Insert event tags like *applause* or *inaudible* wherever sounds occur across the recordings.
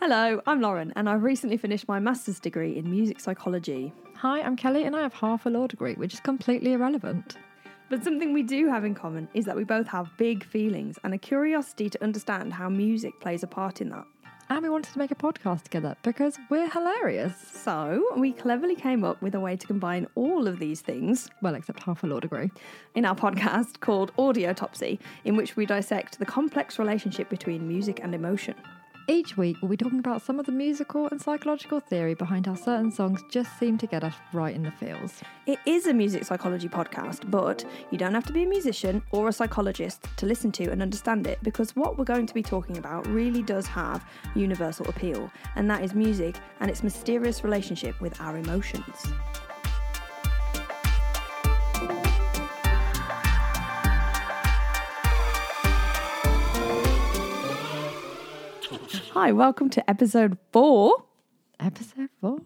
Hello, I'm Lauren, and I've recently finished my master's degree in music psychology. Hi, I'm Kelly, and I have half a law degree, which is completely irrelevant. But something we do have in common is that we both have big feelings and a curiosity to understand how music plays a part in that. And we wanted to make a podcast together because we're hilarious. So, we cleverly came up with a way to combine all of these things Well, except half a law degree. in our podcast called Audiotopsy, in which we dissect the complex relationship between music and emotion. Each week, we'll be talking about some of the musical and psychological theory behind how certain songs just seem to get us right in the feels. It is a music psychology podcast, but you don't have to be a musician or a psychologist to listen to and understand it because what we're going to be talking about really does have universal appeal, and that is music and its mysterious relationship with our emotions. Hi, welcome to episode four. Episode four.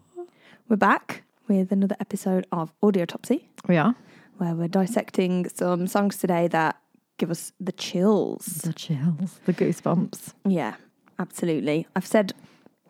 We're back with another episode of Audiotopsy, We are. where we're dissecting some songs today that give us the chills. The chills, the goosebumps. Yeah, absolutely. I've said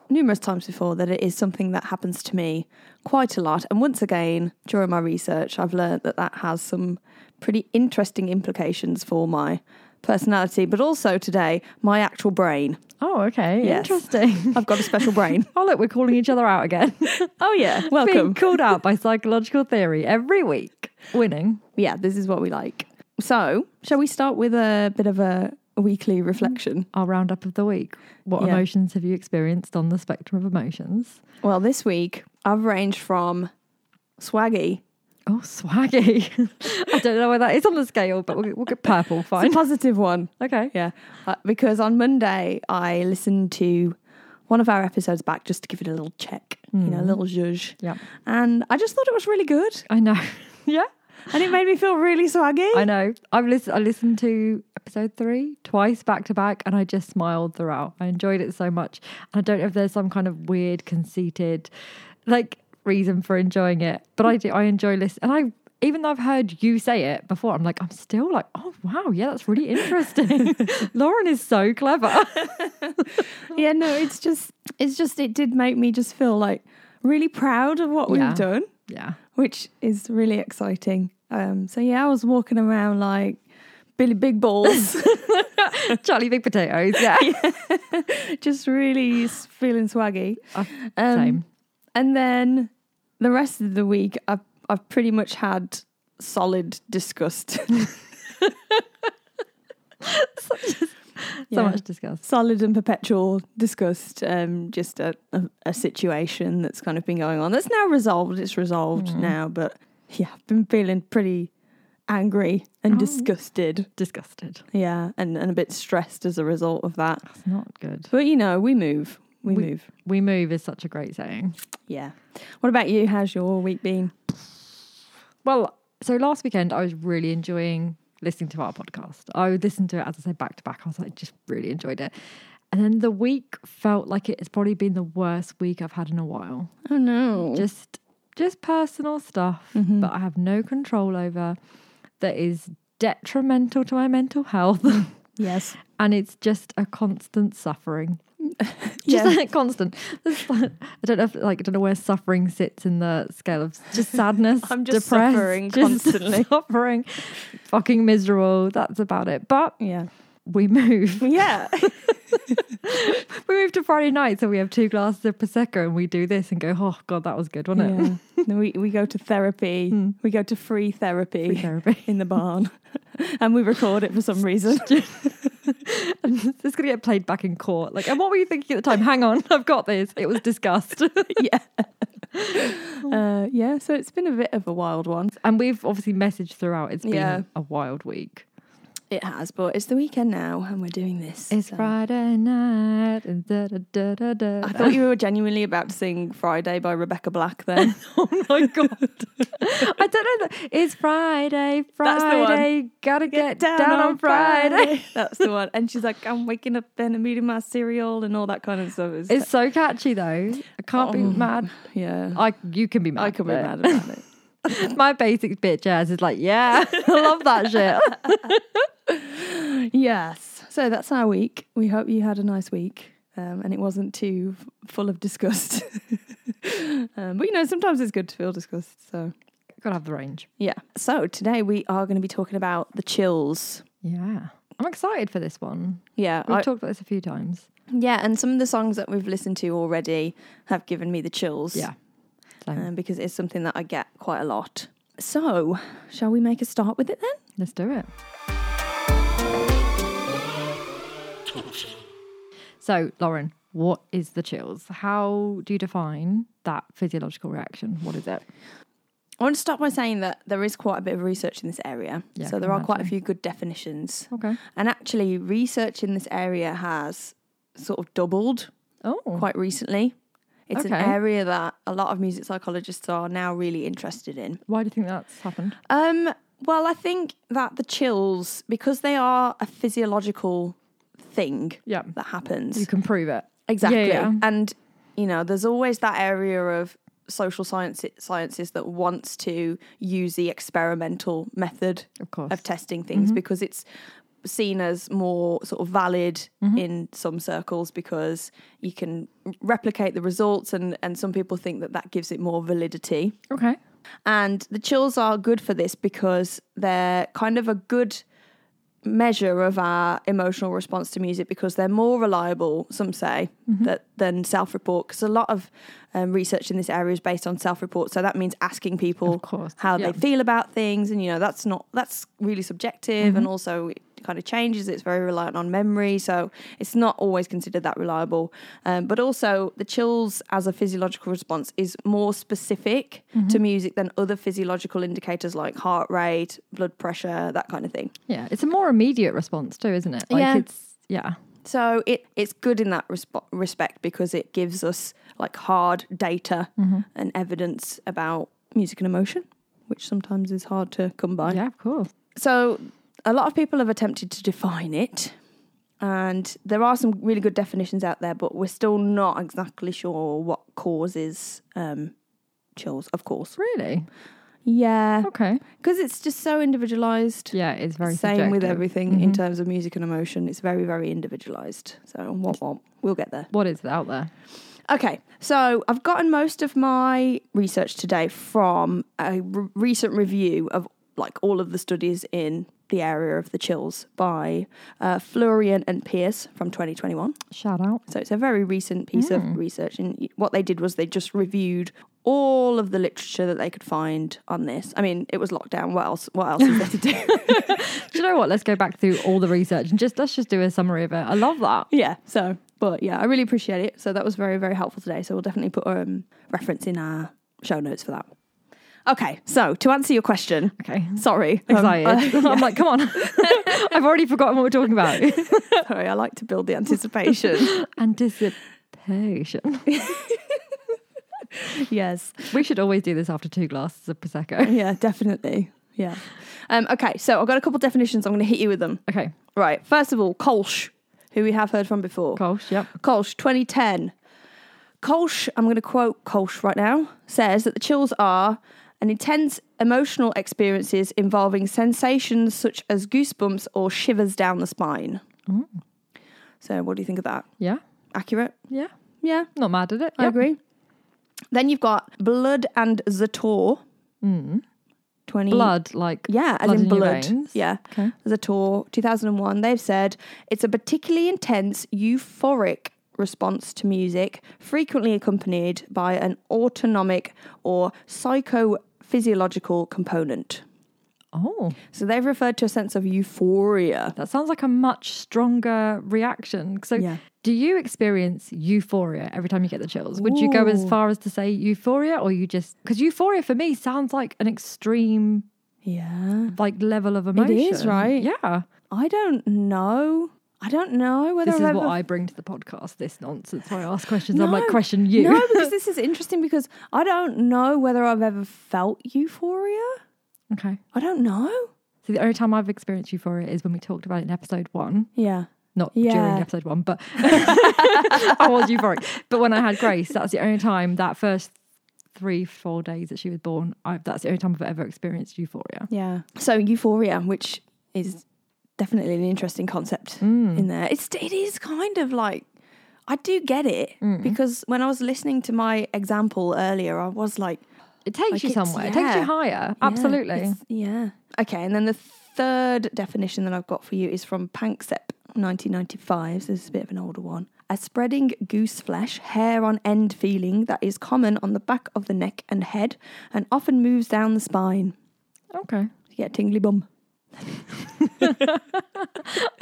numerous times before that it is something that happens to me quite a lot. And once again, during my research, I've learned that that has some pretty interesting implications for my personality, but also today, my actual brain. Oh, okay. Yes. Interesting. I've got a special brain. *laughs* oh, look, we're calling each other out *laughs* again. *laughs* Oh, yeah. Being *laughs* Welcome. called out by psychological theory every week. Winning. Yeah, this is what we like. So, shall we start with a bit of a weekly reflection? Our roundup of the week. What Yeah. emotions have you experienced on the spectrum of emotions? Well, this week I've ranged from swaggy Oh, swaggy. *laughs* I don't know where that is on the scale, but we'll, we'll get purple. It's Fine. a positive one. Okay. Yeah. Uh, because on Monday, I listened to one of our episodes back just to give it a little check, you Hmm. know, a little zhuzh. Yeah. And I just thought it was really good. I know. yeah. And it made me feel really swaggy. I know. I've listened. I listened to episode three twice back to back, and I just smiled throughout. I enjoyed it so much. And I don't know if there's some kind of weird, conceited, like reason for enjoying it, but I do. I enjoy listening, and I. Even though I've heard you say it before, I'm like, I'm still like, oh wow, yeah, that's really *laughs* interesting. Lauren is so clever. yeah, no, it's just, it's just, it did make me just feel like really proud of what Yeah. we've done, yeah. which is really exciting. Um, so yeah, I was walking around like Billy Big Balls, *laughs* *laughs* Charlie Big Potatoes, *laughs* yeah. just really s- feeling swaggy. I- Um, Uh, Same. And then the rest of the week, I've, I've pretty much had solid disgust. *laughs* So Yeah. much disgust. solid and perpetual disgust, um, just a, a, a situation that's kind of been going on. That's now resolved. It's resolved now. But yeah, I've been feeling pretty angry and disgusted. Disgusted. Yeah. And, and a bit stressed as a result of that. That's not good. But, you know, we move. We, We- move. We move is such a great saying. Yeah. What about you? How's your week been? Well, so last weekend I was really enjoying listening to our podcast. I would listen to it as I say back to back. I was like, just really enjoyed it. And then the week felt like it's probably been the worst week I've had in a while. Oh, no. Just just personal stuff that I have no control over that is detrimental to my mental health. *laughs* Yes. and it's just a constant suffering. Yeah. just like *laughs* constant. Just like- I don't know. If, like I don't know where suffering sits in the scale of just sadness. *laughs* I'm just depressed, suffering just constantly. *laughs* Suffering, fucking miserable. That's about it. But Yeah. we move. *laughs* Yeah. We move to Friday night, so we have two glasses of prosecco, and we do this and go. Oh God, that was good, wasn't it? Hmm. Yeah. No, we, we go to therapy. We go to free therapy Free therapy. *laughs* in the barn *laughs* and we record it for some reason. It's gonna get played back in court. Like, and what were you thinking at the time? Hang on, *laughs* I've got this. It was disgust. yeah. Uh, yeah. So it's been a bit of a wild one. *laughs* and we've obviously messaged throughout. It's been Yeah. a wild week. It has, but it's the weekend now and we're doing this. It's so- Friday night. And da, da, da, da, da. I thought you were genuinely about to sing Friday by Rebecca Black *laughs* then. oh my god! *laughs* I don't know. that- It's Friday, That's the one. Friday. Gotta get, down, on Friday. *laughs* That's the one. And she's like, I'm waking up then and eating my cereal and all that kind of stuff. It's, *laughs* It's so catchy though. I can't be Oh. mad. yeah. I you can be mad. I could be but mad about it. *laughs* My basic bitch ass is like, yeah, *laughs* I love that shit. *laughs* Yes. So that's our week. We hope you had a nice week. um, and it wasn't too f- full of disgust. *laughs* um, but you know, sometimes it's good to feel disgust. So Gotta have the range. yeah. So today we are going to be talking about the chills. Yeah. I'm excited for this one. Yeah, We've I- talked about this a few times. yeah, and some of the songs that we've listened to already have given me the chills. Yeah. Same. um, because it's something that I get quite a lot. So, shall we make a start with it then? Let's do it. So, Lauren, what is the chills? How do you define that physiological reaction? What is it? I want to start by saying that there is quite a bit of research in this area. Yeah, I so, can there are quite a imagine. few good definitions. Okay. And actually, research in this area has sort of doubled Oh, quite recently. It's an Okay. area that a lot of music psychologists are now really interested in. why do you think that's happened? Um, well, I think that the chills, because they are a physiological thing Yeah. that happens, You can prove it. Exactly. Yeah. And you know, there's always that area of social science sciences that wants to use the experimental method Of course. of testing things because it's seen as more sort of valid in some circles because you can replicate the results and and some people think that that gives it more validity. okay. And the chills are good for this because they're kind of a good measure of our emotional response to music because they're more reliable, some say, Mm-hmm. that, than self report. Because a lot of um, research in this area is based on self report. So that means asking people Of course. how Yeah. they feel about things. And, you know, that's not, that's really subjective. Mm-hmm. And also, it kind of changes. It's very reliant on memory. So it's not always considered that reliable. Um, but also, the chills as a physiological response is more specific Mm-hmm. to music than other physiological indicators like heart rate, blood pressure, that kind of thing. Yeah. It's a more immediate response too, isn't it? Like Yeah. it's yeah. So it it's good in that resp- respect because it gives us like hard data Mm-hmm. and evidence about music and emotion, which sometimes is hard to come by. Yeah, of course. So a lot of people have attempted to define it, and there are some really good definitions out there, but we're still not exactly sure what causes um, chills. Of course, Really? yeah, Okay. because it's just so individualized. Yeah, it's very Same with subjective. Mm-hmm. everything in terms of music and emotion. It's very, very individualized. So, what, what? We'll get there. What is out there? Okay, so I've gotten most of my research today from a r- recent review of like all of the studies in the area of the chills by uh, Florian and Pierce from 2021. Shout out. So it's a very recent piece of research, and y- what they did was they just reviewed all of the literature that they could find on this. I mean, it was lockdown. What else? What else is there to do? Do you know what? Let's go back through all the research and just let's just do a summary of it. I love that. yeah. So, but yeah, I really appreciate it. So that was very very helpful today. So we'll definitely put a um, reference in our show notes for that. Okay, so to answer your question, Okay. sorry, um, *laughs* Excited. I'm like, come *laughs* on. I've already forgotten what we're talking about. I, *laughs* sorry, I like to build the anticipation. *laughs* Anticipation. yes, We should always do this after two glasses of Prosecco. yeah, definitely, yeah. Um, okay, so I've got a couple definitions. I'm going to hit you with them. Okay. Right, first of all, Kolsch, who we have heard from before. Gosh, yep. Kolsch, 2010. Kolsch, I'm going to quote Kolsch right now, says that the chills are an intense emotional experiences involving sensations such as goosebumps or shivers down the spine. So, what do you think of that? Yeah. Accurate? Yeah. Yeah, Not mad at it. I Yep. agree. Then you've got blood and Zator. 20. Blood, like Yeah, as blood in in your blood. veins? Yeah. Okay. As a tour, 2001, they've said it's a particularly intense, euphoric response to music, frequently accompanied by an autonomic or psychophysiological component. Oh. So they've referred to a sense of euphoria. That sounds like a much stronger reaction. So Yeah. do you experience euphoria every time you get the chills? Would you go as Ooh. far as to say euphoria or you just because euphoria for me sounds like an extreme Yeah. like level of emotion. is, right? Yeah. I don't know. I don't know whether This is I've what ever I bring to the podcast. This nonsense. Where I ask questions, I'm like, No, question you. *laughs* No, because this is interesting because I don't know whether I've ever felt euphoria. Okay. I don't know. So the only time I've experienced euphoria is when we talked about it in episode one. Yeah. Not Yeah. during episode one, but *laughs* I was euphoric. But when I had Grace, that's the only time that first three, four days that she was born, I, that's the only time I've ever experienced euphoria. Yeah. So euphoria, which is definitely an interesting concept in there. It's it is kind of like I do get it because when I was listening to my example earlier, I was like, It takes Like you it's- somewhere. It takes you yeah. higher. yeah, Absolutely. it's- yeah. Okay, and then the third definition that I've got for you is from Panksepp 1995. So this is a bit of an older one. A spreading goose flesh, hair on end feeling that is common on the back of the neck and head and often moves down the spine. Okay. You get a tingly bum. I don't know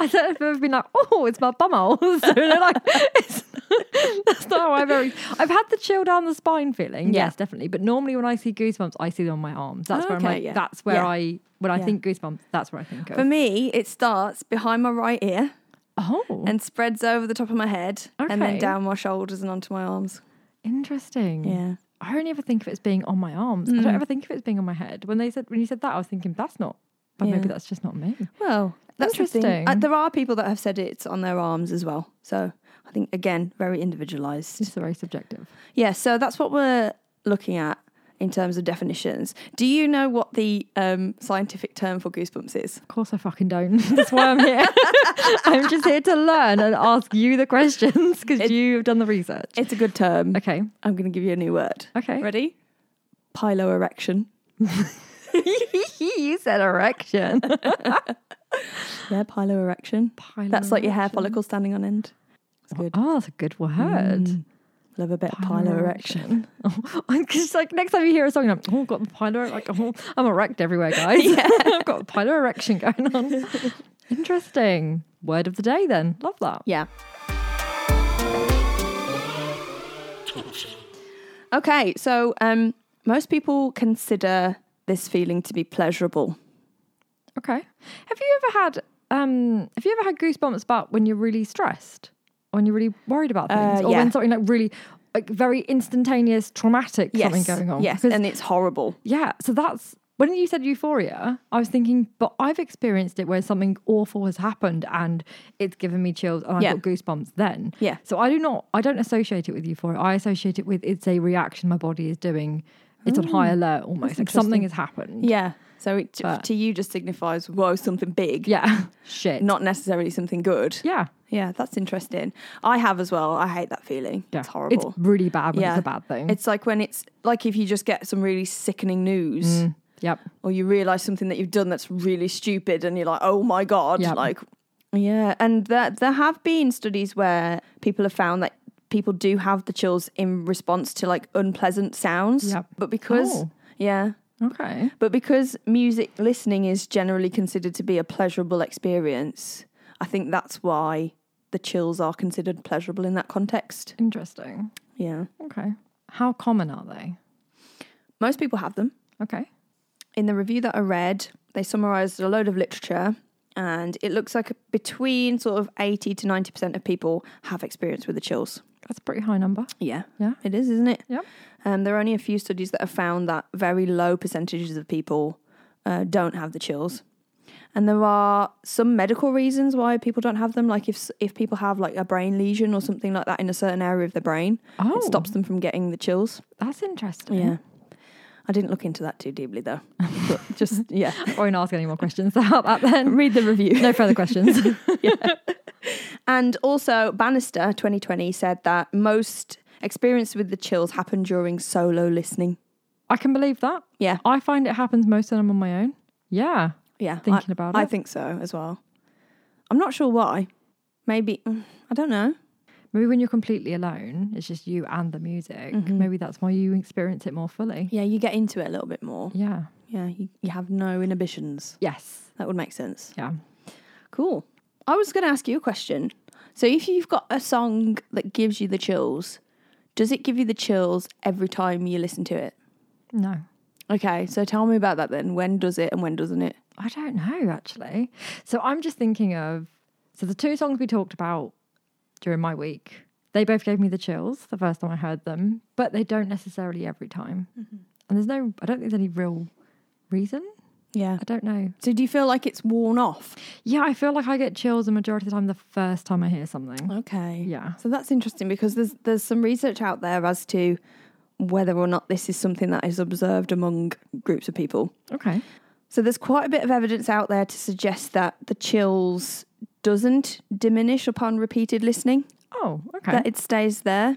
if I've ever been like, oh, it's my bumhole. *laughs* so they're like, it's, *laughs* that's not how I've ever. I've had the chill down the spine feeling. Yeah. Yes, definitely. But normally when I see goosebumps, I see them on my arms. That's where I'm Okay, like, yeah. that's where Yeah. I, when I Yeah. think goosebumps, that's where I think of. For me, it starts behind my right ear oh, and spreads over the top of my head and then Okay. Mm. down my shoulders and onto my arms. interesting. Yeah. Mm. I only ever think of it as being on my arms. I don't ever think of it as being on my head. When they said, when you said that, I was thinking, that's not, but Yeah. maybe that's just not me. Well, that's interesting. Interesting. Uh, there are people that have said it's on their arms as well. So I think, again, very individualized. It's very subjective. Yeah, so that's what we're looking at in terms of definitions. Do you know what the um, scientific term for goosebumps is? Of course, I fucking don't. *laughs* That's why *laughs* I'm here. I'm just here to learn and ask you the questions because you've done the research. It's a good term. Okay. I'm going to give you a new word. *laughs* Okay. Ready? Piloerection. you said erection. Yeah, piloerection. That's like your hair follicle standing on end. It's good. Mm. Oh, that's a good word. Mm. Love a bit of piloerection. Oh, it's *laughs* like next time you hear a song, I'm oh, got the pylor. Like oh, I'm *laughs* erect everywhere, guys. *laughs* I've got a pylor erection going on. Interesting word of the day. Then love that. Yeah. Okay, so um, most people consider this feeling to be pleasurable. Okay. Have you ever had um have you ever had goosebumps about when you're really stressed? Or when you're really worried about things? Uh, Or yeah. when something like really like very instantaneous, traumatic something Yes, going on. Yes, Because- and it's horrible. yeah. So that's when you said euphoria, I was thinking, but I've experienced it where something awful has happened and it's given me chills and I've Yeah. got goosebumps then. Yeah. So I do not I don't associate it with euphoria. I associate it with it's a reaction my body is doing. It's on Oh, high alert almost. Like something has happened. Yeah. So it j- But- to you just signifies whoa, something big, Yeah. *laughs* Shit. not necessarily something good. yeah. Yeah, that's interesting. I have as well. I hate that feeling. Yeah. It's horrible. It's really bad when it's Yeah. a bad thing. It's like when it's like if you just get some really sickening news. Mm. yep. or you realize something that you've done that's really stupid and you're like oh my god Yep. like yeah and there, there have been studies where people have found that people do have the chills in response to like unpleasant sounds Yep. but because Oh. yeah Okay. but because music listening is generally considered to be a pleasurable experience i think that's why the chills are considered pleasurable in that context Interesting. yeah Okay. How common are they? most people have them Okay. in the review that I read, they summarized a load of literature, and it looks like between sort of 80 to 90% of people have experience with the chills. That's a pretty high number. Yeah. Yeah. It is, isn't it? Yep. Um, there are only a few studies that have found that very low percentages of people uh, don't have the chills. And there are some medical reasons why people don't have them, like if s- if people have like a brain lesion or something like that in a certain area of the brain, Oh. it stops them from getting the chills. That's interesting. Yeah, I didn't look into that too deeply *laughs* though. But just yeah, I won't ask any more questions *laughs* about that then. read the review. No further questions. *laughs* And also, Bannister 2020 said that most experience with the chills happen during solo listening. I can believe that. Yeah. I find it happens most when I'm on my own. Yeah. Yeah. Thinking I, about I it. think so as well. I'm not sure why. Maybe, mm, I don't know. Maybe when you're completely alone, it's just you and the music. Mm-hmm. Maybe that's why you experience it more fully. Yeah, you get into it a little bit more. Yeah. Yeah, you, you have no inhibitions. Yes. That would make sense. Yeah. Cool. I was going to ask you a question. So, if you've got a song that gives you the chills, does it give you the chills every time you listen to it? No. Okay, so tell me about that then. When does it and when doesn't it? I don't know actually. So I'm just thinking of so the two songs we talked about during my week. They both gave me the chills the first time I heard them, but they don't necessarily every time. Mm-hmm. And there's no, I don't think there's any real reason. Yeah. I don't know. So, do you feel like it's worn off? Yeah, I feel like I get chills the majority of the time the first time I hear something. Okay. Yeah. So that's interesting because there's there's some research out there as to whether or not this is something that is observed among groups of people. Okay. So there's quite a bit of evidence out there to suggest that the chills doesn't diminish upon repeated listening. Oh, okay. that it stays there,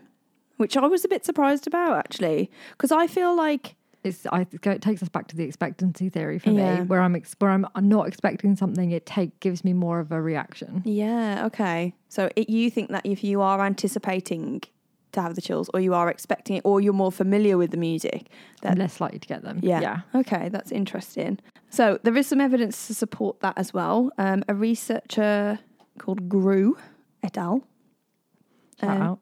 which I was a bit surprised about actually, because I feel like it's I think it takes us back to the expectancy theory for Yeah. me, where I'm ex- where I'm not expecting something, it take gives me more of a reaction. yeah, okay. So it, you think that if you are anticipating to have the chills, or you are expecting it, or you're more familiar with the music, that I'm less likely to get them. Yeah. yeah. Okay, that's interesting. So there is some evidence to support that as well. Um, a researcher called Grew et al. um, Shout uh, out.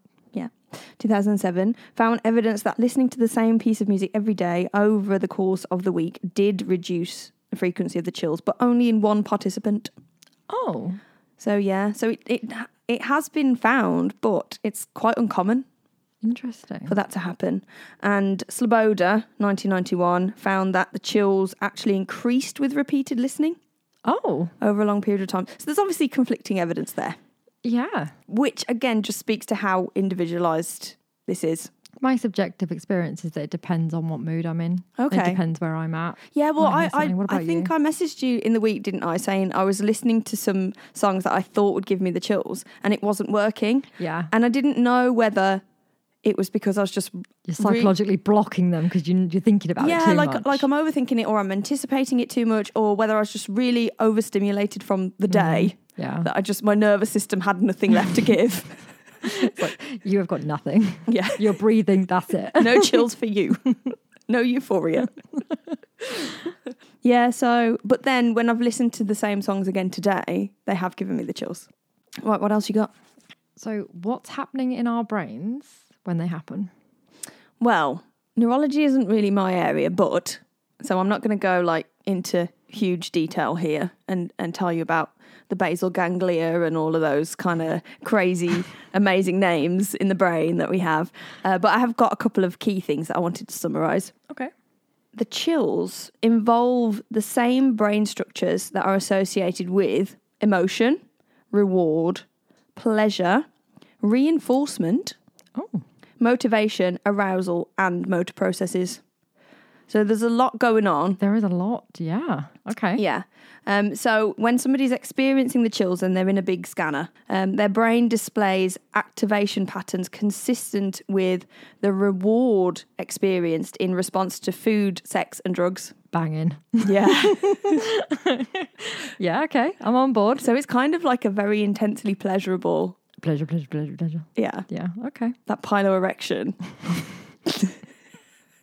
2007 found evidence that listening to the same piece of music every day over the course of the week did reduce the frequency of the chills, but only in one participant. Oh, So yeah, so it it, it has been found, but it's quite uncommon interesting. for that to happen. And Sloboda, 1991, found that the chills actually increased with repeated listening. Oh, over a long period of time. So there's obviously conflicting evidence there, yeah. which again just speaks to how individualized this is. My subjective experience is that it depends on what mood I'm in. It Okay. depends where I'm at. Yeah, well, Might I have I, something. What I about think you? I messaged you in the week, didn't I, saying I was listening to some songs that I thought would give me the chills and it wasn't working. Yeah. And I didn't know whether it was because I was just You're psychologically blocking them because you, you're thinking about it yeah, too like much. like I'm overthinking it or I'm anticipating it too much or whether I was just really overstimulated from the Mm-hmm. day yeah. that I just my nervous system had nothing left to give. You have got *laughs* nothing. yeah. You're breathing. That's it. no chills for you. *laughs* no euphoria. *laughs* yeah, so, but then when I've listened to the same songs again today, they have given me the chills. Right, what else you got? So, what's happening in our brains when they happen? Well, neurology isn't really my area, but so I'm not going to go like into huge detail here and, and tell you about the basal ganglia and all of those kind of *laughs* crazy, amazing names in the brain that we have. Uh, but I have got a couple of key things that I wanted to summarize. Okay. the chills involve the same brain structures that are associated with emotion, reward, pleasure, reinforcement, Oh, motivation, arousal, and motor processes. So there's a lot going on. there is a lot. Yeah. Okay. Yeah. Um, so when somebody's experiencing the chills and they're in a big scanner, um, their brain displays activation patterns consistent with the reward experienced in response to food, sex, and drugs. Banging. *laughs* Yeah. yeah. Okay. I'm on board. So it's kind of like a very intensely pleasurable, Pleasure, pleasure, pleasure, pleasure. yeah, Yeah. Okay. that piloerection. *laughs*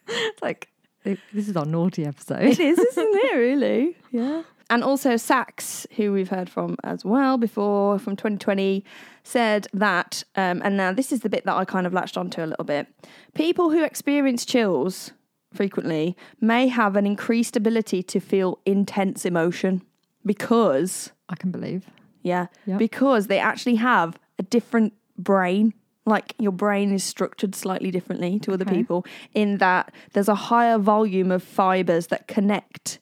It's like, this is our naughty It *laughs* episode. is, isn't it, *laughs* really? Yeah. And also Sachs, who we've heard from as well before from 2020, said that, um, and now this is the bit that I kind of latched onto a little bit. People who experience chills frequently may have an increased ability to feel intense emotion because I can believe. Yeah. Yep. Because they actually have a different brain. Like your brain is structured slightly differently to other Okay. people, in that there's a higher volume of fibers that connect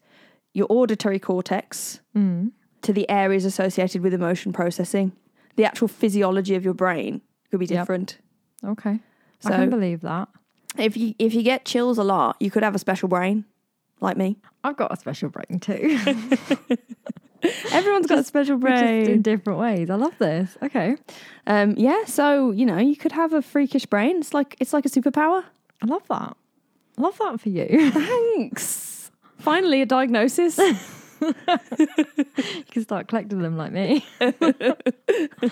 your auditory cortex Mm, to the areas associated with emotion processing. The actual physiology of your brain could be Yep. different. Okay. I So- can believe that. If you if you get chills a lot, you could have a special brain, like me. I've got a special brain too. *laughs* Everyone's got a *laughs* special Just in brain. different ways. I love this. Okay. Um, yeah, so you know you could have a freakish brain. It's like it's like a superpower. I love that. I love that for you. Thanks. Finally, a *laughs* diagnosis. *laughs* You can start collecting them like me. *laughs*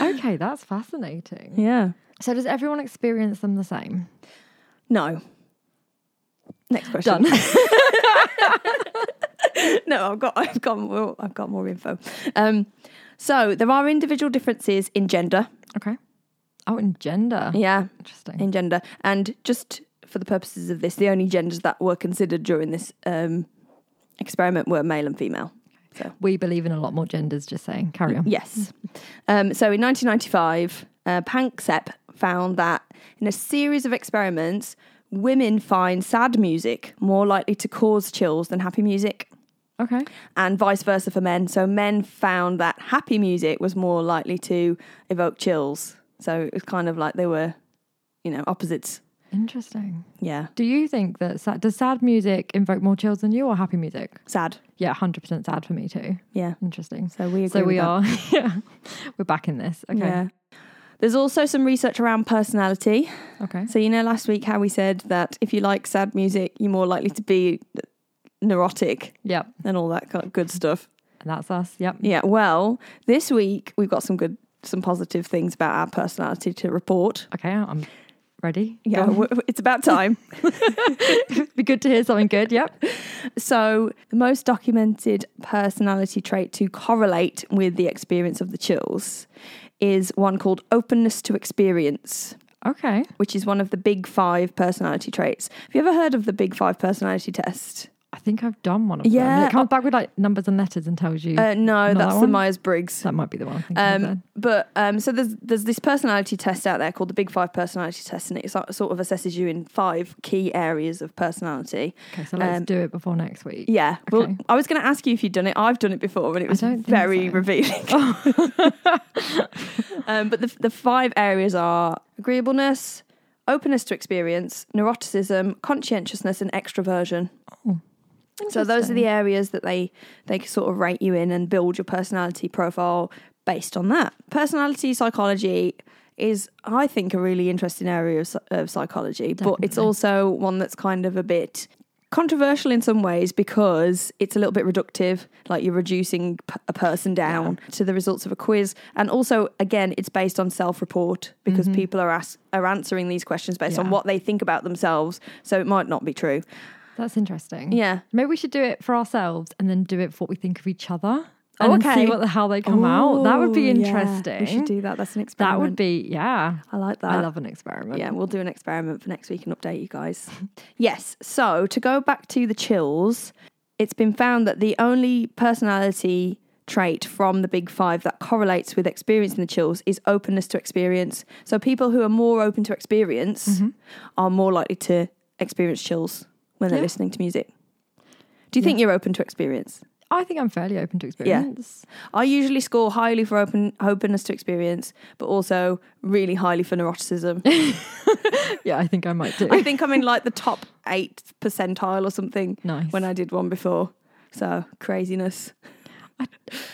okay, that's fascinating. yeah. So, does everyone experience them the same? No. Next question. Done. *laughs* no, I've got, I've got, more, I've got more info. Um, so there are individual differences in gender. okay. Oh, and gender. Yeah, Interesting. in gender, and just for the purposes of this, the only genders that were considered during this um, experiment were male and female. We believe in a lot more genders, just saying. Carry on. Yes. Um, so in 1995, uh, Panksepp found that in a series of experiments, women find sad music more likely to cause chills than happy music, *laughs* Okay. and vice versa for men. So men found that happy music was more likely to evoke chills. So it was kind of like they were, you know, opposites. Interesting. Yeah. Do you think that sad, does sad music invoke more chills than you or happy music? Sad. Yeah, 100% sad for me too. Yeah. Interesting. So we agree. So we *laughs* with that. are, yeah, we're back in this. Okay. Yeah. There's also some research around personality. Okay. So, you know, last week how we said that if you like sad music, you're more likely to be neurotic Yep. and all that kind of good stuff. And that's us. Yep. Yeah, well, this week we've got some good, some positive things about our personality to report. Okay. I'm ready. Yeah, Go on. w- w- *laughs* it's about time. It'd be good to hear something good. Yep. so, the most documented personality trait to correlate with the experience of the chills is one called openness to experience, Okay. which is one of the big five personality traits. Have you ever heard of the big five personality test? I think I've done one of them. Yeah. oh. It comes back with like numbers and letters and tells you Uh, no, Not that's that the one? Myers Briggs. that might be the one. I'm thinking of Um, then. but um, so there's there's this personality test out there called the Big Five Personality Test, and it so- sort of assesses you in five key areas of personality. Okay. So let's um, do it before next week. Yeah, well, Okay. I was going to ask you if you'd done it. I've done it before, and it was don't think very so. Oh. revealing. *laughs* um, but the the five areas are agreeableness, openness to experience, neuroticism, conscientiousness, and extroversion. So those are the areas that they they can sort of rate you in and build your personality profile based on that. Personality psychology is, I think, a really interesting area of, psy- of psychology, but it's Definitely. also one that's kind of a bit controversial in some ways because it's a little bit reductive like you're reducing p- a person down to the results of a quiz and also again it's based on self-report because people are ask, are answering these questions based on Mm-hmm. Yeah. what they think about themselves so it might not be true That's interesting. yeah Maybe we should do it for ourselves and then do it for what we think of each other. Oh, And okay. see what the, how they come out. That would be Ooh, Oh, yeah. interesting. We should do that. That's an experiment. that would be, yeah. I like that. I love an experiment. Yeah, we'll do an experiment for next week and update you guys. *laughs* yes. So to go back to the chills, it's been found that the only personality trait from the big five that correlates with experiencing the chills is openness to experience. So people who are more open to experience Mm-hmm. are more likely to experience chills when they're Yeah. listening to music. Do you think you're open to experience? I think I'm fairly open to experience. I usually score highly for open openness to experience, but also really highly for neuroticism. Yeah, I think I might do. *laughs* *laughs* I think I'm in like the top eight percentile or something nice. when I did one before. So craziness.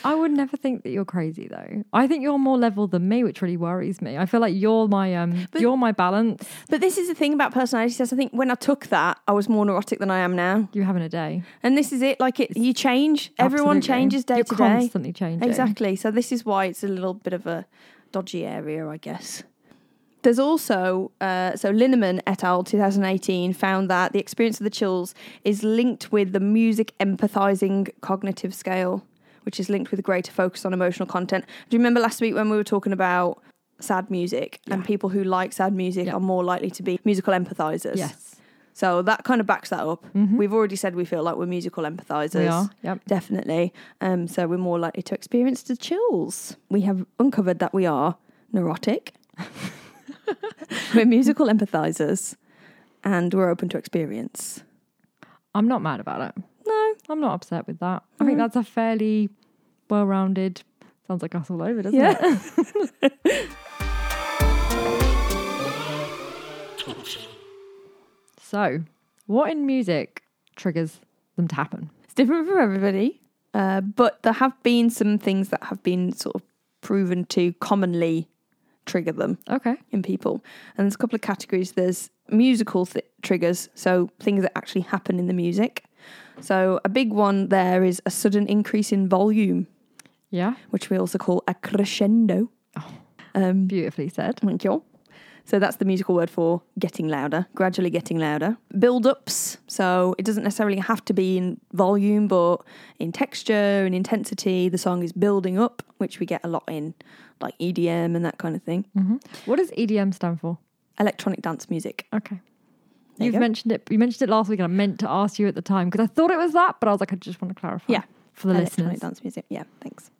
I would never think that you're crazy though. I think you're more level than me, which really worries me. I feel like you're my um you're my balance. But this is the thing about personality tests. I think when I took that, I was more neurotic than I am now. You having a day. And this is it. Like it, you change. Everyone Absolutely. changes day you're to day. constantly changing. Exactly. So this is why it's a little bit of a dodgy area, I guess. There's also, uh, so Linneman et al. 2018 found that the experience of the chills is linked with the music empathizing cognitive scale, which is linked with greater focus on emotional content. Do you remember last week when we were talking about sad music and people who like sad music Yeah. are more likely to be musical empathizers? Yes. So that kind of backs that up. We've already said we feel like we're musical empathizers Mm-hmm. We are. Yep. definitely. Um, so we're more likely to experience the chills. We have uncovered that we are neurotic, *laughs* we're musical empathizers, and we're open to experience. I'm not mad about it. No, I'm not upset with that. I think that's a fairly well rounded sounds like us all over, doesn't it? yeah. *laughs* So what in music triggers them to happen? it's different for everybody, uh, but there have been some things that have been sort of proven to commonly trigger them. Okay. in people. And there's a couple of categories. There's musical th- triggers, so things that actually happen in the music. So a big one there is a sudden increase in volume, Yeah. which we also call a crescendo. Oh. Um, Beautifully said. thank you. So that's the musical word for getting louder, gradually getting louder. Build ups. So it doesn't necessarily have to be in volume, but in texture and intensity, the song is building up, which we get a lot in like EDM and that kind of thing. What does EDM stand for? Electronic dance music. Okay. There you You've go. mentioned it. You mentioned it last week, and I meant to ask you at the time because I thought it was that, but I was like, I just want to clarify. Yeah. for the electronic listeners, dance music. Yeah, thanks.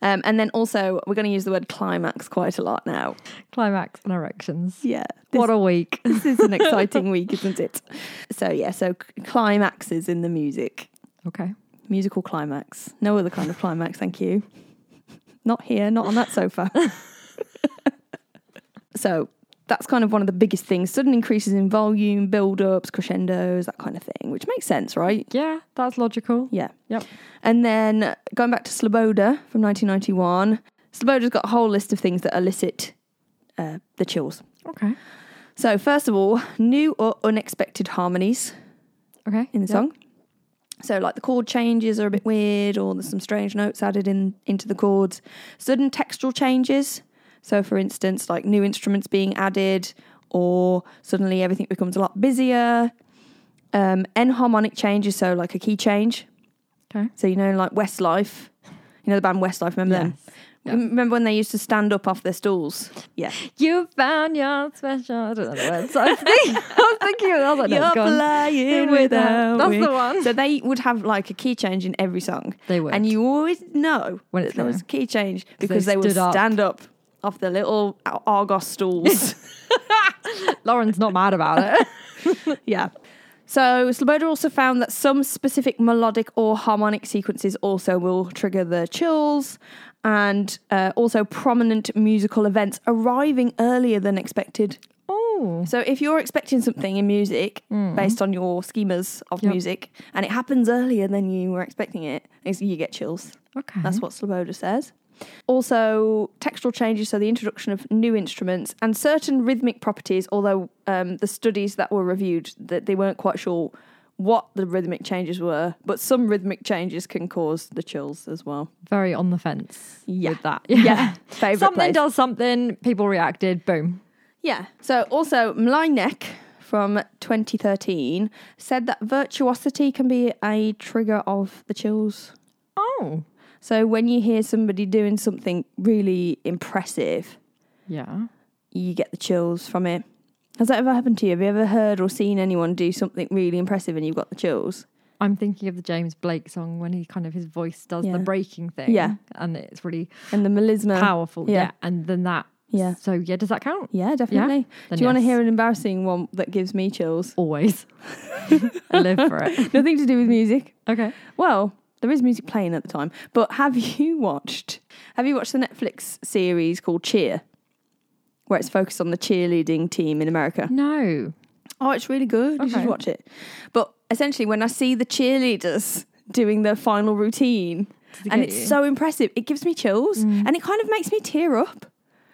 Um, and then also, we're going to use the word climax quite a lot now. climax and erections. Yeah, this, What a week! this is an exciting week, isn't it? So yeah, so c- climaxes in the music, okay, musical climax. No other kind of climax, thank you. Not here, not on that sofa. *laughs* so that's kind of one of the biggest things: sudden increases in volume, build-ups, crescendos, that kind of thing, which makes sense, right? yeah, that's logical. Yeah. Yep. And then going back to Sloboda from 1991, Sloboda's got a whole list of things that elicit uh, the chills. Okay. So, first of all, new or unexpected harmonies Okay. in the Yep. song. So, like the chord changes are a bit weird, or there's some strange notes added in into the chords. Sudden textural changes. So, for instance, like new instruments being added, or suddenly everything becomes a lot busier. Um, enharmonic changes, so like a key change. Okay. So you know, like Westlife, you know the band Westlife. Remember them? Yes. Yeah. Remember when they used to stand up off their stools? *laughs* Yeah, You found your special. I don't know the words. *laughs* I was thinking, I was thinking I was like, no, it's gone. flying *laughs* without That's me. the one. So they would have like a key change in every song. They would. and you always know When that it's there was a there. key change they because they, would stood up. stand up off their little Ar- Argos stools. *laughs* Lauren's not mad about *laughs* it. yeah. So Sloboda also found that some specific melodic or harmonic sequences also will trigger the chills, and uh, also prominent musical events arriving earlier than expected. oh. So if you're expecting something in music based on your schemas of Mm. Yep. music, and it happens earlier than you were expecting it, it's- you get chills. Okay. That's what Sloboda says. Also, textural changes, so the introduction of new instruments and certain rhythmic properties, although um, the studies that were reviewed, that they weren't quite sure what the rhythmic changes were, but some rhythmic changes can cause the chills as well. very on the fence Yeah. with that. *laughs* Yeah. Favourite something place. does something. People reacted. Boom. Yeah. So also Mlynek from 2013 said that virtuosity can be a trigger of the chills. Oh. So when you hear somebody doing something really impressive, Yeah. you get the chills from it. Has that ever happened to you? Have you ever heard or seen anyone do something really impressive and you've got the chills? I'm thinking of the James Blake song when he kind of his voice does Yeah. the breaking thing. Yeah. And it's really And the melisma. powerful. yeah. Yeah. And then that. Yeah. So yeah, does that count? Yeah, definitely. Do Then you want to yes. hear an embarrassing one that gives me chills? *laughs* Always. *laughs* I live for it. Nothing to do with music. Okay. Well, there is music playing at the time, but have *laughs* you watched? Have you watched the Netflix series called Cheer, where it's focused on the cheerleading team in America? No. Oh, it's really good. You should Okay. watch it. But essentially, when I see the cheerleaders doing their final routine, it and get it's you? Mm. so impressive, it gives me chills, and it kind of makes me tear up.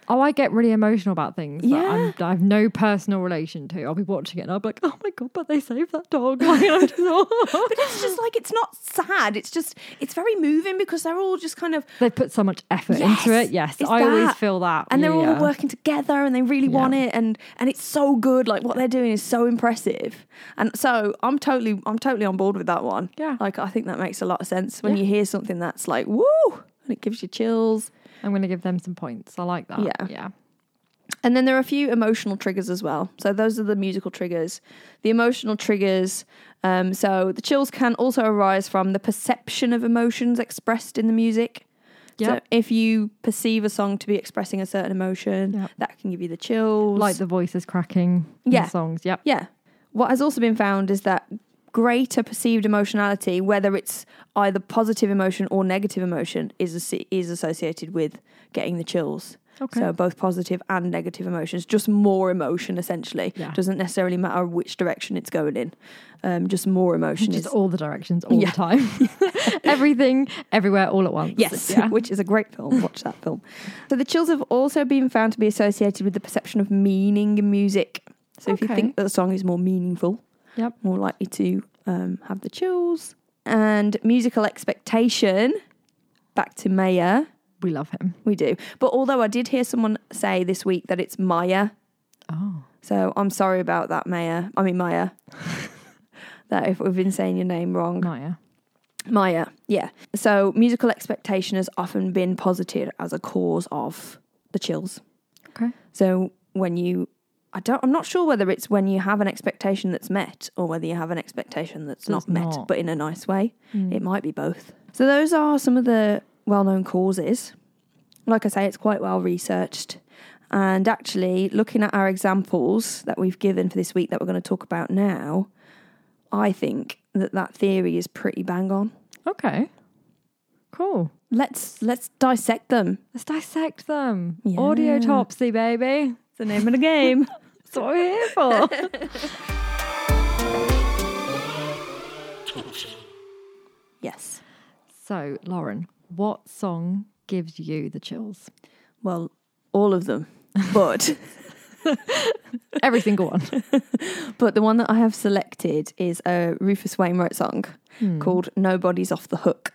Oh, I get really emotional about things Yeah. that I'm, I have no personal relation to. I'll be watching it and I'll be like, oh my God, but they saved that dog. *laughs* Like, I'm just, *laughs* But it's just like it's not sad. It's just it's very moving because they're all just kind of They've put so much effort Yes, into it. Yes. it's I always that. feel that. and they're Yeah. all working together and they really want Yeah. it and and it's so good like what they're doing is so impressive and so i'm totally i'm totally on board with that one Yeah. like i think that makes a lot of sense when Yeah. you hear something that's like woo and it gives you chills I'm going to give them some points. I like that. Yeah. Yeah. and then there are a few emotional triggers as well so those are the musical triggers the emotional triggers um, so the chills can also arise from the perception of emotions expressed in the music Yep. So if you perceive a song to be expressing a certain emotion, Yep. that can give you the chills. Like the voices cracking. in Yeah. The songs. Yep. Yeah. What has also been found is that greater perceived emotionality, whether it's either positive emotion or negative emotion, is asso- is associated with getting the chills. Okay. So both positive and negative emotions, just more emotion essentially. Yeah. Doesn't necessarily matter which direction it's going in. Um, just more emotion Just is all the directions, all Yeah. the time. Everything, everywhere, all at once. *laughs* Yes, *laughs* Yeah. which is a great film. Watch that film. *laughs* So the chills have also been found to be associated with the perception of meaning in music. So if you Okay. think that a song is more meaningful, Yep. more likely to um, have the chills. And musical expectation, back to Maya, We love him. we do. But although I did hear someone say this week that it's Maya, Oh. so I'm sorry about that, Maya. I mean Maya. that if we've been saying your name wrong. Maya. Maya, yeah. So musical expectation has often been posited as a cause of the chills. Okay. So when you I don't I'm not sure whether it's when you have an expectation that's met or whether you have an expectation that's not That's met, not. but in a nice way. Hmm. It might be both. So those are some of the well known causes. Like I say, it's quite well researched. And actually, looking at our examples that we've given for this week that we're going to talk about now, I think that that theory is pretty bang on Okay. Cool. let's let's dissect them. Let's dissect them. Yeah. Audio topsy, baby. It's the name of the game. That's what we're here for. *laughs* yes. so, Lauren, what song gives you the chills? Well, all of them. but Every single *laughs* one. but the one that I have selected is a Rufus Wainwright song Hmm. called "Nobody's Off the Hook."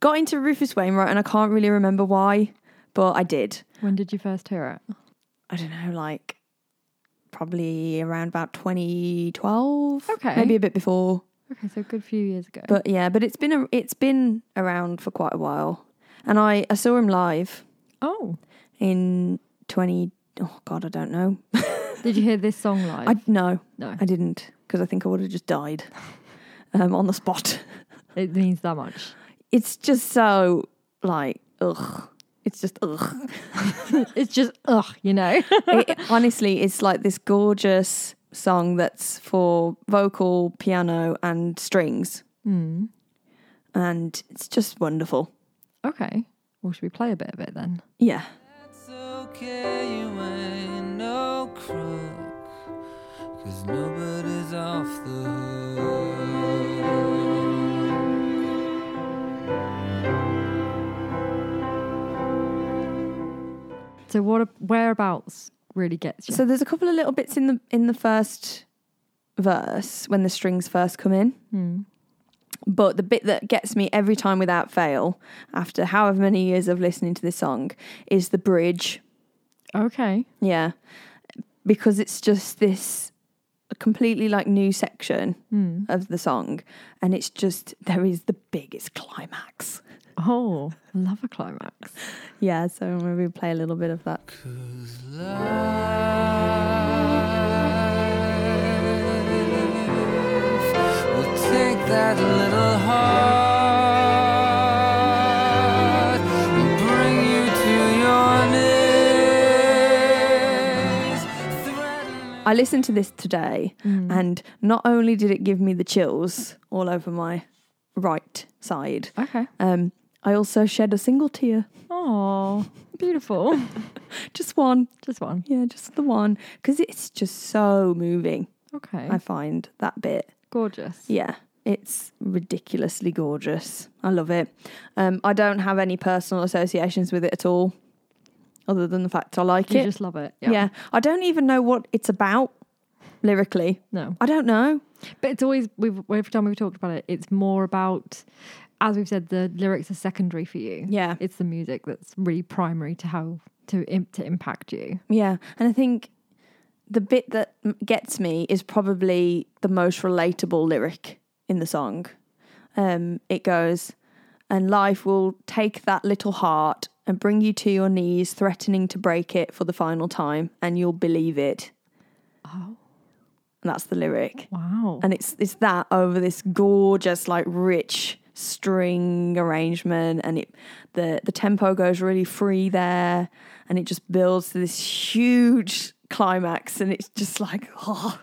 Got into Rufus Wainwright, and I can't really remember why, but I did. When did you first hear it? I don't know, like probably around about 2012, Okay. maybe a bit before. Okay, so a good few years ago. But yeah, but it's been a, it's been around for quite a while, and I I saw him live oh, in 20. Oh God, I don't know. did you hear this song live? I no, no, I didn't because I think I would have just died *laughs* um, on the spot. it means that much. It's just so like ugh. It's just ugh. It's just ugh, you *laughs* know. It- it- honestly, it's like this gorgeous song that's for vocal, piano, and strings, Hmm. and it's just wonderful. Okay. Well, should we play a bit of it then? Yeah. It's okay, you ain't no crook. Cause nobody's off the hook. So, what? a- Whereabouts really gets you? So there's a couple of little bits in the in the first verse when the strings first come in. Hmm. But the bit that gets me every time without fail, after however many years of listening to this song, is the bridge. Okay. Yeah. Because it's just this completely like new section Hmm. of the song. And it's just, there is the biggest climax. Oh, love a climax. Yeah. So maybe we'll play a little bit of that. Cause life will take that little heart and bring you to your knees. Threatening- I listened to this today, and not only did it give me the chills all over my right side, Okay. um, I also shed a single tear. Oh, beautiful. *laughs* Just one. just one. Yeah, just the one. Because it's just so moving, Okay. I find that bit. Gorgeous. Yeah, it's ridiculously gorgeous. I love it. Um, I don't have any personal associations with it at all, other than the fact I like You it. just love it. yeah. I don't even know what it's about lyrically. No. I don't know. But it's always we've every time we've talked about it, it's more about as we've said, the lyrics are secondary for you. Yeah. It's the music that's really primary to how to im- to impact you. Yeah, and I think the bit that m- gets me is probably the most relatable lyric in the song. Um, it goes, "And life will take that little heart and bring you to your knees, threatening to break it for the final time, and you'll believe it." Oh. And that's the lyric, Wow. and it's it's that over this gorgeous, like rich string arrangement and it the the tempo goes really free there and it just builds to this huge climax and it's just like oh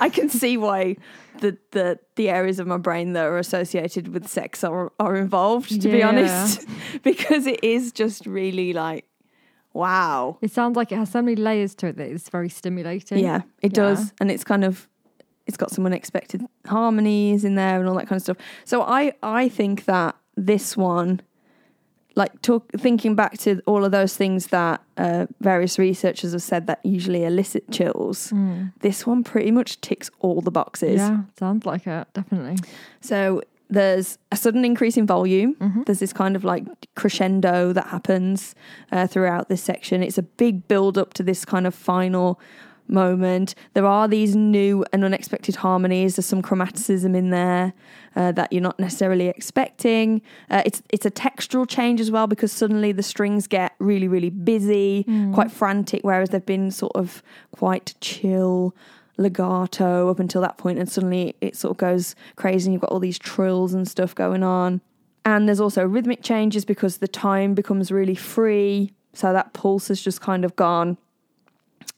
I can see why the the the areas of my brain that are associated with sex are are involved to be Yeah. honest *laughs* because it is just really like wow it sounds like it has so many layers to it that it's very stimulating. yeah, it does, and it's kind of it's got some unexpected harmonies in there and all that kind of stuff. So I I think that this one, like talk thinking back to all of those things that uh, various researchers have said that usually elicit chills, this one pretty much ticks all the boxes. Hmm. Yeah, sounds like it, definitely. So there's a sudden increase in volume. There's this kind of like crescendo that happens uh, throughout this section. It's a big build up to this kind of final moment. There are these new and unexpected harmonies. There's some chromaticism in there uh, that you're not necessarily expecting. Uh, it's it's a textural change as well because suddenly the strings get really really busy, quite frantic, whereas they've been sort of quite chill legato up until that point and suddenly it sort of goes crazy and you've got all these trills and stuff going on and there's also rhythmic changes because the time becomes really free so that pulse has just kind of gone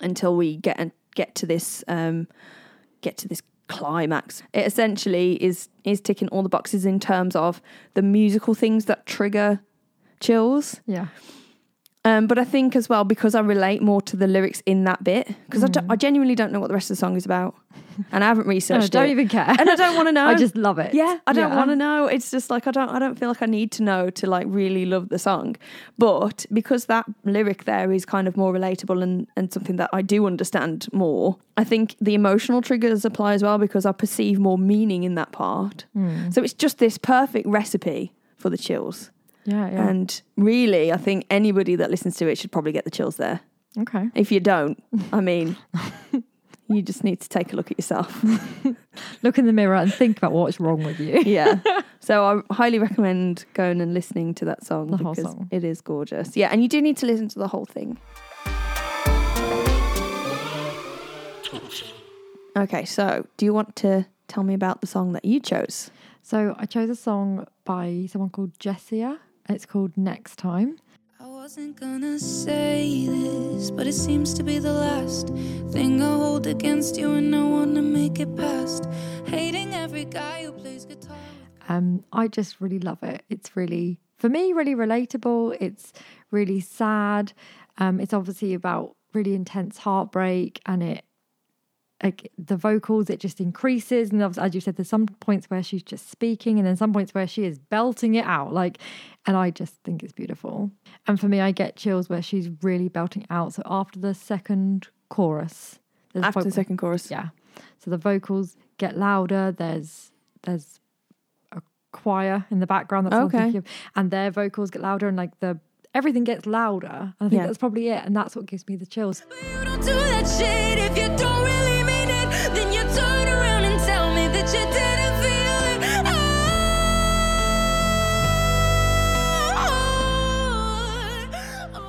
until we get get to this um, get to this climax. It essentially is is ticking all the boxes in terms of the musical things that trigger chills. Yeah. Um, but I think Mm. as well because I relate more to the lyrics in that bit because I, don't- I genuinely don't know what the rest of the song is about. and I *laughs* haven't And I researched don't it. even care. and I don't want to know. Oh, *laughs* I just love it. Yeah, I don't want to know. It's just like I don't. I don't feel like I need to know to like really love the song. But because that lyric there is kind of more relatable and and something that I do understand more, I think the emotional triggers apply as well because I perceive more meaning in that part. Hmm. So it's just this perfect recipe for the chills. Yeah, yeah. And really, I think anybody that listens to it should probably get the chills there. okay. If you don't, I mean. You just need to take a look at yourself. Look in the mirror and think about what's wrong with *laughs* you. yeah. So I highly recommend going and listening to that song The whole because song. it is gorgeous. Yeah, and you do need to listen to the whole thing. Okay, so do you want to tell me about the song that you chose? So I chose a song by someone called Jessia. It's called Next Time. I wasn't gonna say this, but it seems to be the last thing I hold against you, and I wanna make it past. Hating every guy who plays guitar. Um, I just really love it. It's really, for me, really relatable. It's really sad. Um, it's obviously about really intense heartbreak and it, like the vocals, it just increases. And obviously, as you said, there's some points where she's just speaking and then some points where she is belting it out. Like, and I just think it's beautiful. And for me, I get chills where she's really belting out. So after the second chorus, there's a After point- the second chorus. yeah. So the vocals get louder. There's there's a choir in the background that's Okay. okay. thinking of, and their vocals get louder, and like the everything gets louder. And I think Yeah. that's probably it, and that's what gives me the chills. But you don't do that shit if you don't really mean it. Then you turn around and tell me that you didn't feel it.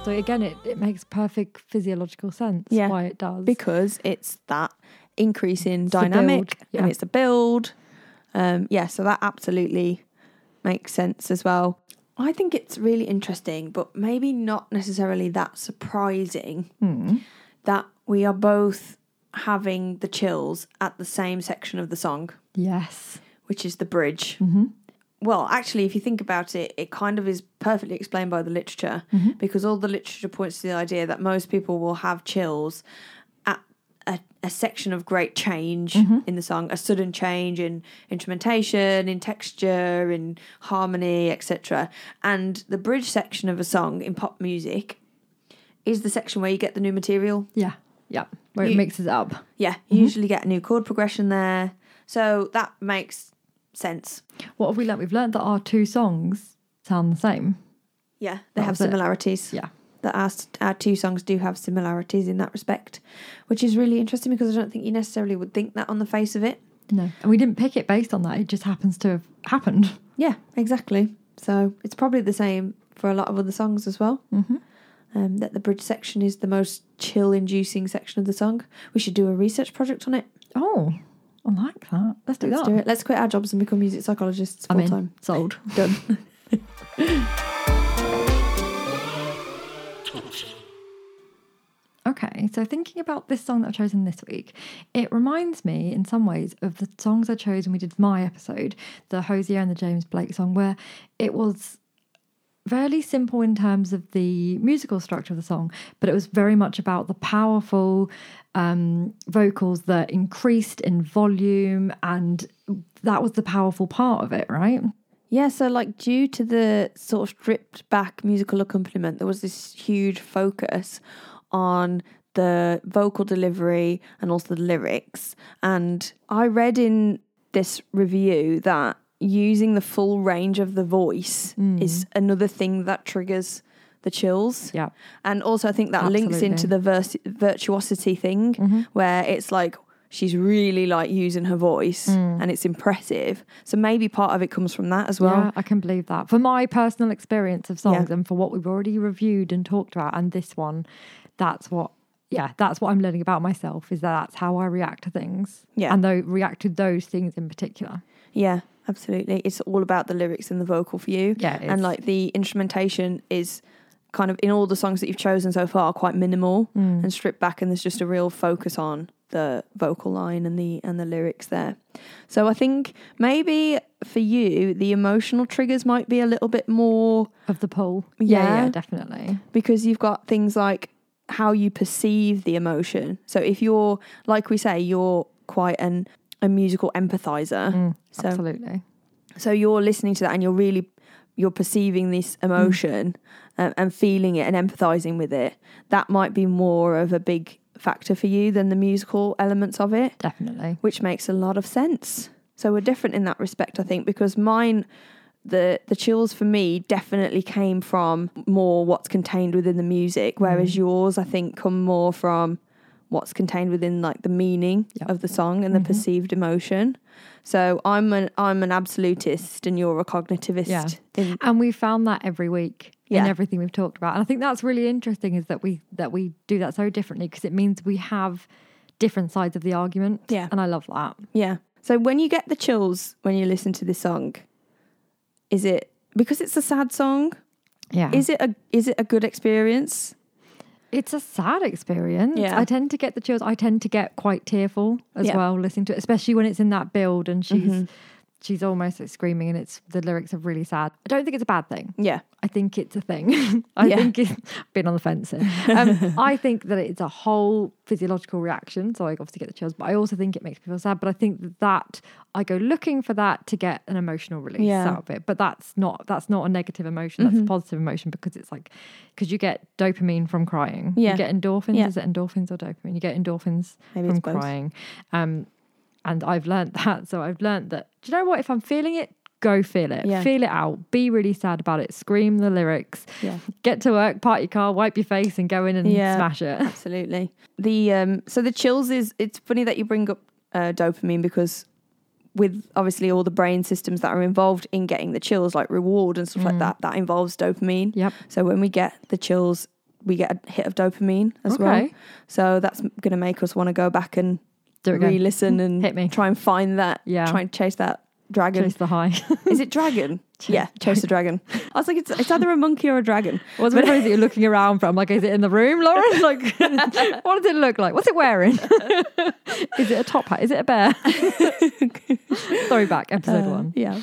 So again, it, it makes perfect physiological sense. Yeah. why it does. Because it's that increase in the build, dynamic yeah. and it's a build. Um, yeah, so that absolutely makes sense as well. I think it's really interesting, but maybe not necessarily that surprising Hmm. that we are both having the chills at the same section of the song, yes, which is the bridge. Mm-hmm. Well, actually, if you think about it, it kind of is perfectly explained by the literature because all the literature points to the idea that most people will have chills at a, a section of great change in the song, a sudden change in instrumentation, in texture, in harmony, etc. And the bridge section of a song in pop music is the section where you get the new material. yeah, yeah. Where You- it mixes up. Yeah, you usually get a new chord progression there. So that makes sense. What have we learnt? We've learnt that our two songs sound the same. Yeah, they That have was it. similarities. Yeah. That our, s- our two songs do have similarities in that respect, which is really interesting because I don't think you necessarily would think that on the face of it. No, and we didn't pick it based on that. It just happens to have happened. Yeah, exactly. So it's probably the same for a lot of other songs as well. Mm-hmm. Um, that the bridge section is the most chill inducing section of the song. We should do a research project on it. Oh, I like that. Let's do Let's that. do it. Let's quit our jobs and become music psychologists I'm full in. time. Sold. *laughs* Done. Okay, so thinking about this song that I've chosen this week, it reminds me in some ways of the songs I chose when we did my episode, the Hosier and the James Blake song, where it was fairly simple in terms of the musical structure of the song, but it was very much about the powerful um, vocals that increased in volume, and that was the powerful part of it, right? Yeah, so like due to the sort of stripped back musical accompaniment, there was this huge focus on the vocal delivery and also the lyrics. And I read in this review that using the full range of the voice Hmm. is another thing that triggers the chills. Yeah. And also, I think that links Absolutely. Mm-hmm. into the vers- virtuosity thing where it's like she's really like using her voice and it's impressive. So maybe part of it comes from that as well. Hmm. yeah, I can believe that. For my personal experience of songs Yeah. and for what we've already reviewed and talked about, and this one, that's what, yeah, that's what I'm learning about myself is that that's how I react to things. Yeah. And though react to those things in particular. Yeah, absolutely. It's all about the lyrics and the vocal for you. Yeah, it And is. like the instrumentation is kind of in all the songs that you've chosen so far quite minimal Mm. and stripped back and there's just a real focus on the vocal line and the and the lyrics there. So I think maybe for you the emotional triggers might be a little bit more Of the pull. Yeah. yeah definitely. because you've got things like how you perceive the emotion. So if you're, like we say, you're quite an a musical empathizer. Mm, so Absolutely. so you're listening to that and you're really you're perceiving this emotion um, and feeling it and empathizing with it. That might be more of a big factor for you than the musical elements of it Definitely. which makes a lot of sense. So we're different in that respect, I think, because mine, the the chills for me definitely came from more what's contained within the music, Mm. whereas yours, I think, come more from what's contained within like the meaning Yep. Mm-hmm. of the song and the perceived emotion. So I'm an I'm an absolutist, and you're a cognitivist. Yeah. in- And we found that every week Yeah. in everything we've talked about. And I think that's really interesting is that we that we do that so differently because it means we have different sides of the argument. Yeah. And I love that. yeah. So when you get the chills when you listen to this song, is it because it's a sad song? Yeah. Is it a is it a good experience? It's a sad experience. Yeah. I tend to get the chills. I tend to get quite tearful as Yeah. Mm-hmm. well listening to it, especially when it's in that build and she's she's almost like screaming and it's the lyrics are really sad. I don't think it's a bad thing. Yeah. I think it's a thing. *laughs* I Yeah. think it's been on the fence. here. *laughs* Um, I think that it's a whole physiological reaction. So I obviously get the chills, but I also think it makes me feel sad. But I think that, that I go looking for that to get an emotional release Yeah. Mm-hmm. out of it. But that's not that's not a negative emotion. That's a positive emotion because it's like because you get dopamine from crying. Yeah. You get endorphins. Yeah. Is it endorphins or dopamine? You get endorphins Maybe from it's both. crying. Um, and I've learnt *laughs* that. So I've learnt that. Do you know what? If I'm feeling it, go feel it. Yeah. Feel it out. Be really sad about it. Scream the lyrics. Yeah. Get to work, park your car, wipe your face, and go in and Yeah. smash it. *laughs* Absolutely. The um so the chills is it's funny that you bring up uh, dopamine because with obviously all the brain systems that are involved in getting the chills like reward and Mm. stuff like that that involves dopamine. Yep. So when we get the chills we get a hit of dopamine as well. Okay. So that's going to make us want to go back and Do it again. *laughs* re-listen and Hit me. try and find that Yeah. try and chase that dragon. Chase the high. *laughs* Is it dragon? yeah, chase the dragon. I was like it's it's either a monkey or a *laughs* dragon. *laughs* What's the phrase that you're looking around for? I'm like, is it in the room, Lauren? Like, *laughs* what does it look like? What's it wearing? *laughs* is it a top hat? Is it a bear? *laughs* Throwback episode Uh, one. Yeah.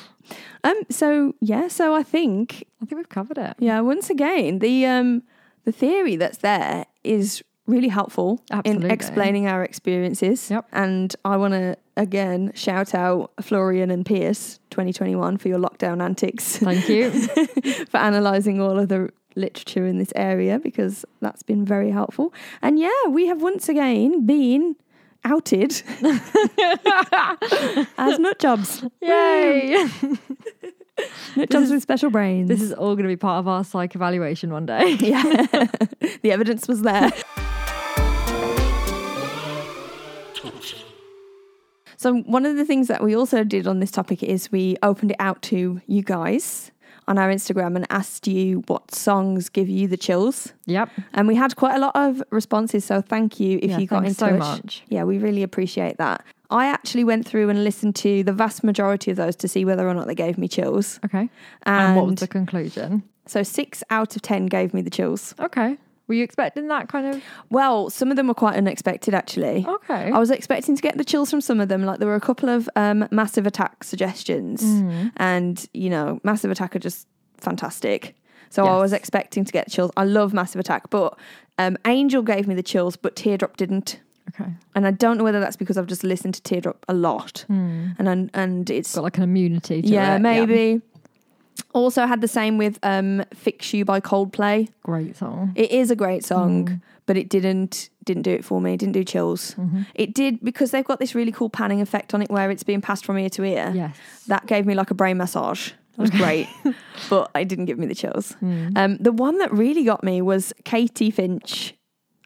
Um so yeah, so I think I think we've covered it. Yeah, once again, the um the theory that's there is really helpful Absolutely. in explaining our experiences. Yep. And I want to again shout out Florian and Pierce 2021 for your lockdown antics *laughs* Thank you. for analyzing all of the literature in this area because that's been very helpful. And yeah, we have once again been outed *laughs* as nut jobs. Yay! Nut jobs with special brains. this is all going to be part of our psych evaluation one day. yeah. *laughs* the evidence was there. So one of the things that we also did on this topic is we opened it out to you guys on our Instagram and asked you what songs give you the chills. *laughs* Yep. And we had quite a lot of responses, so thank you if Yeah, you got in thanks touch. so much. Yeah, we really appreciate that. I actually went through and listened to the vast majority of those to see whether or not they gave me chills. Okay. And, And what was the conclusion? so six out of ten gave me the chills. Okay. Were you expecting that kind of? Well, some of them were quite unexpected, actually. Okay. I was expecting to get the chills from some of them. Like there were a couple of um, massive attack suggestions, Mm. and you know, massive attack are just fantastic. So I Yes. was expecting to get chills. I love massive attack, but um, Angel gave me the chills, but Teardrop didn't. okay. And I don't know whether that's because I've just listened to Teardrop a lot, and and and it's Mm. Got like an immunity to it. yeah maybe. Also had the same with um, "Fix You" by Coldplay. Great song. It is a great song, but it didn't didn't do it for me. It didn't do chills. It did because they've got this really cool panning effect on it where it's being passed from ear to ear. Yes. That gave me like a brain massage. It was great, but it didn't give me the chills. Hmm. Um, the one that really got me was Katie Finch,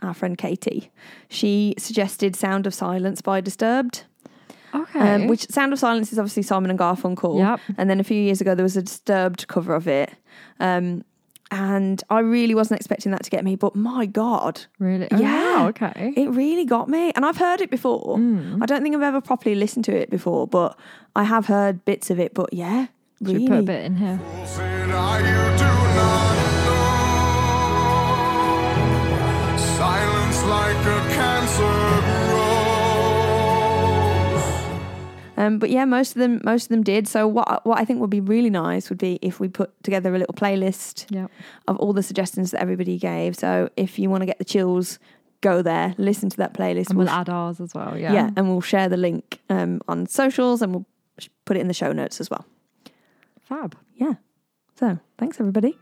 our friend Katie. She suggested Sound of Silence by Disturbed. Okay. Um, which Sound of Silence is obviously Simon and Garfunkel. Yep. And then a few years ago, there was a Disturbed cover of it. Um, and I really wasn't expecting that to get me, but my God, really? Oh, yeah. wow, okay. Mm. it really got me. And I've heard it before. I don't think I've ever properly listened to it before, but I have heard bits of it. But yeah, Should really. we put a bit in here? Said I, you do not know. Silence like a cancer grows. Um, but yeah, most of them, most of them did. So what, what I think would be really nice would be if we put together a little playlist Yep. of all the suggestions that everybody gave. So if you want to get the chills, go there, listen to that playlist. And we'll sh- add ours as well. Yeah. yeah. and we'll share the link um, on socials and we'll sh- put it in the show notes as well. Fab. Yeah. So thanks, everybody.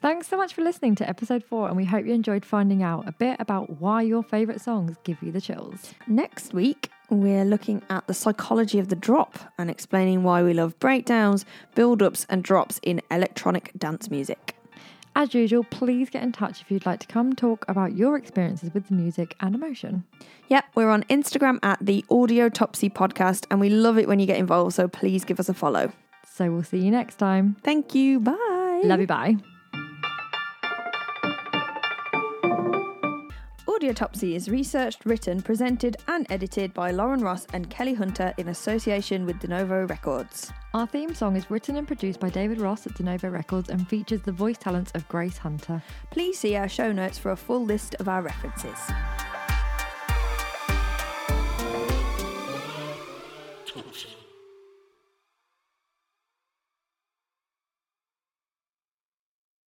Thanks so much for listening to episode four, and we hope you enjoyed finding out a bit about why your favourite songs give you the chills. Next week, we're looking at the psychology of the drop and explaining why we love breakdowns, build ups, and drops in electronic dance music. As usual, please get in touch if you'd like to come talk about your experiences with the music and emotion. Yep, we're on Instagram at the Audio Topsy Podcast, and we love it when you get involved, so please give us a follow. So we'll see you next time. Thank you. Bye. Love you. Bye. Audiotopsy is researched, written, presented, and edited by Lauren Ross and Kelly Hunter in association with De Novo Records. Our theme song is written and produced by David Ross at De Novo Records and features the voice talents of Grace Hunter. Please see our show notes for a full list of our references.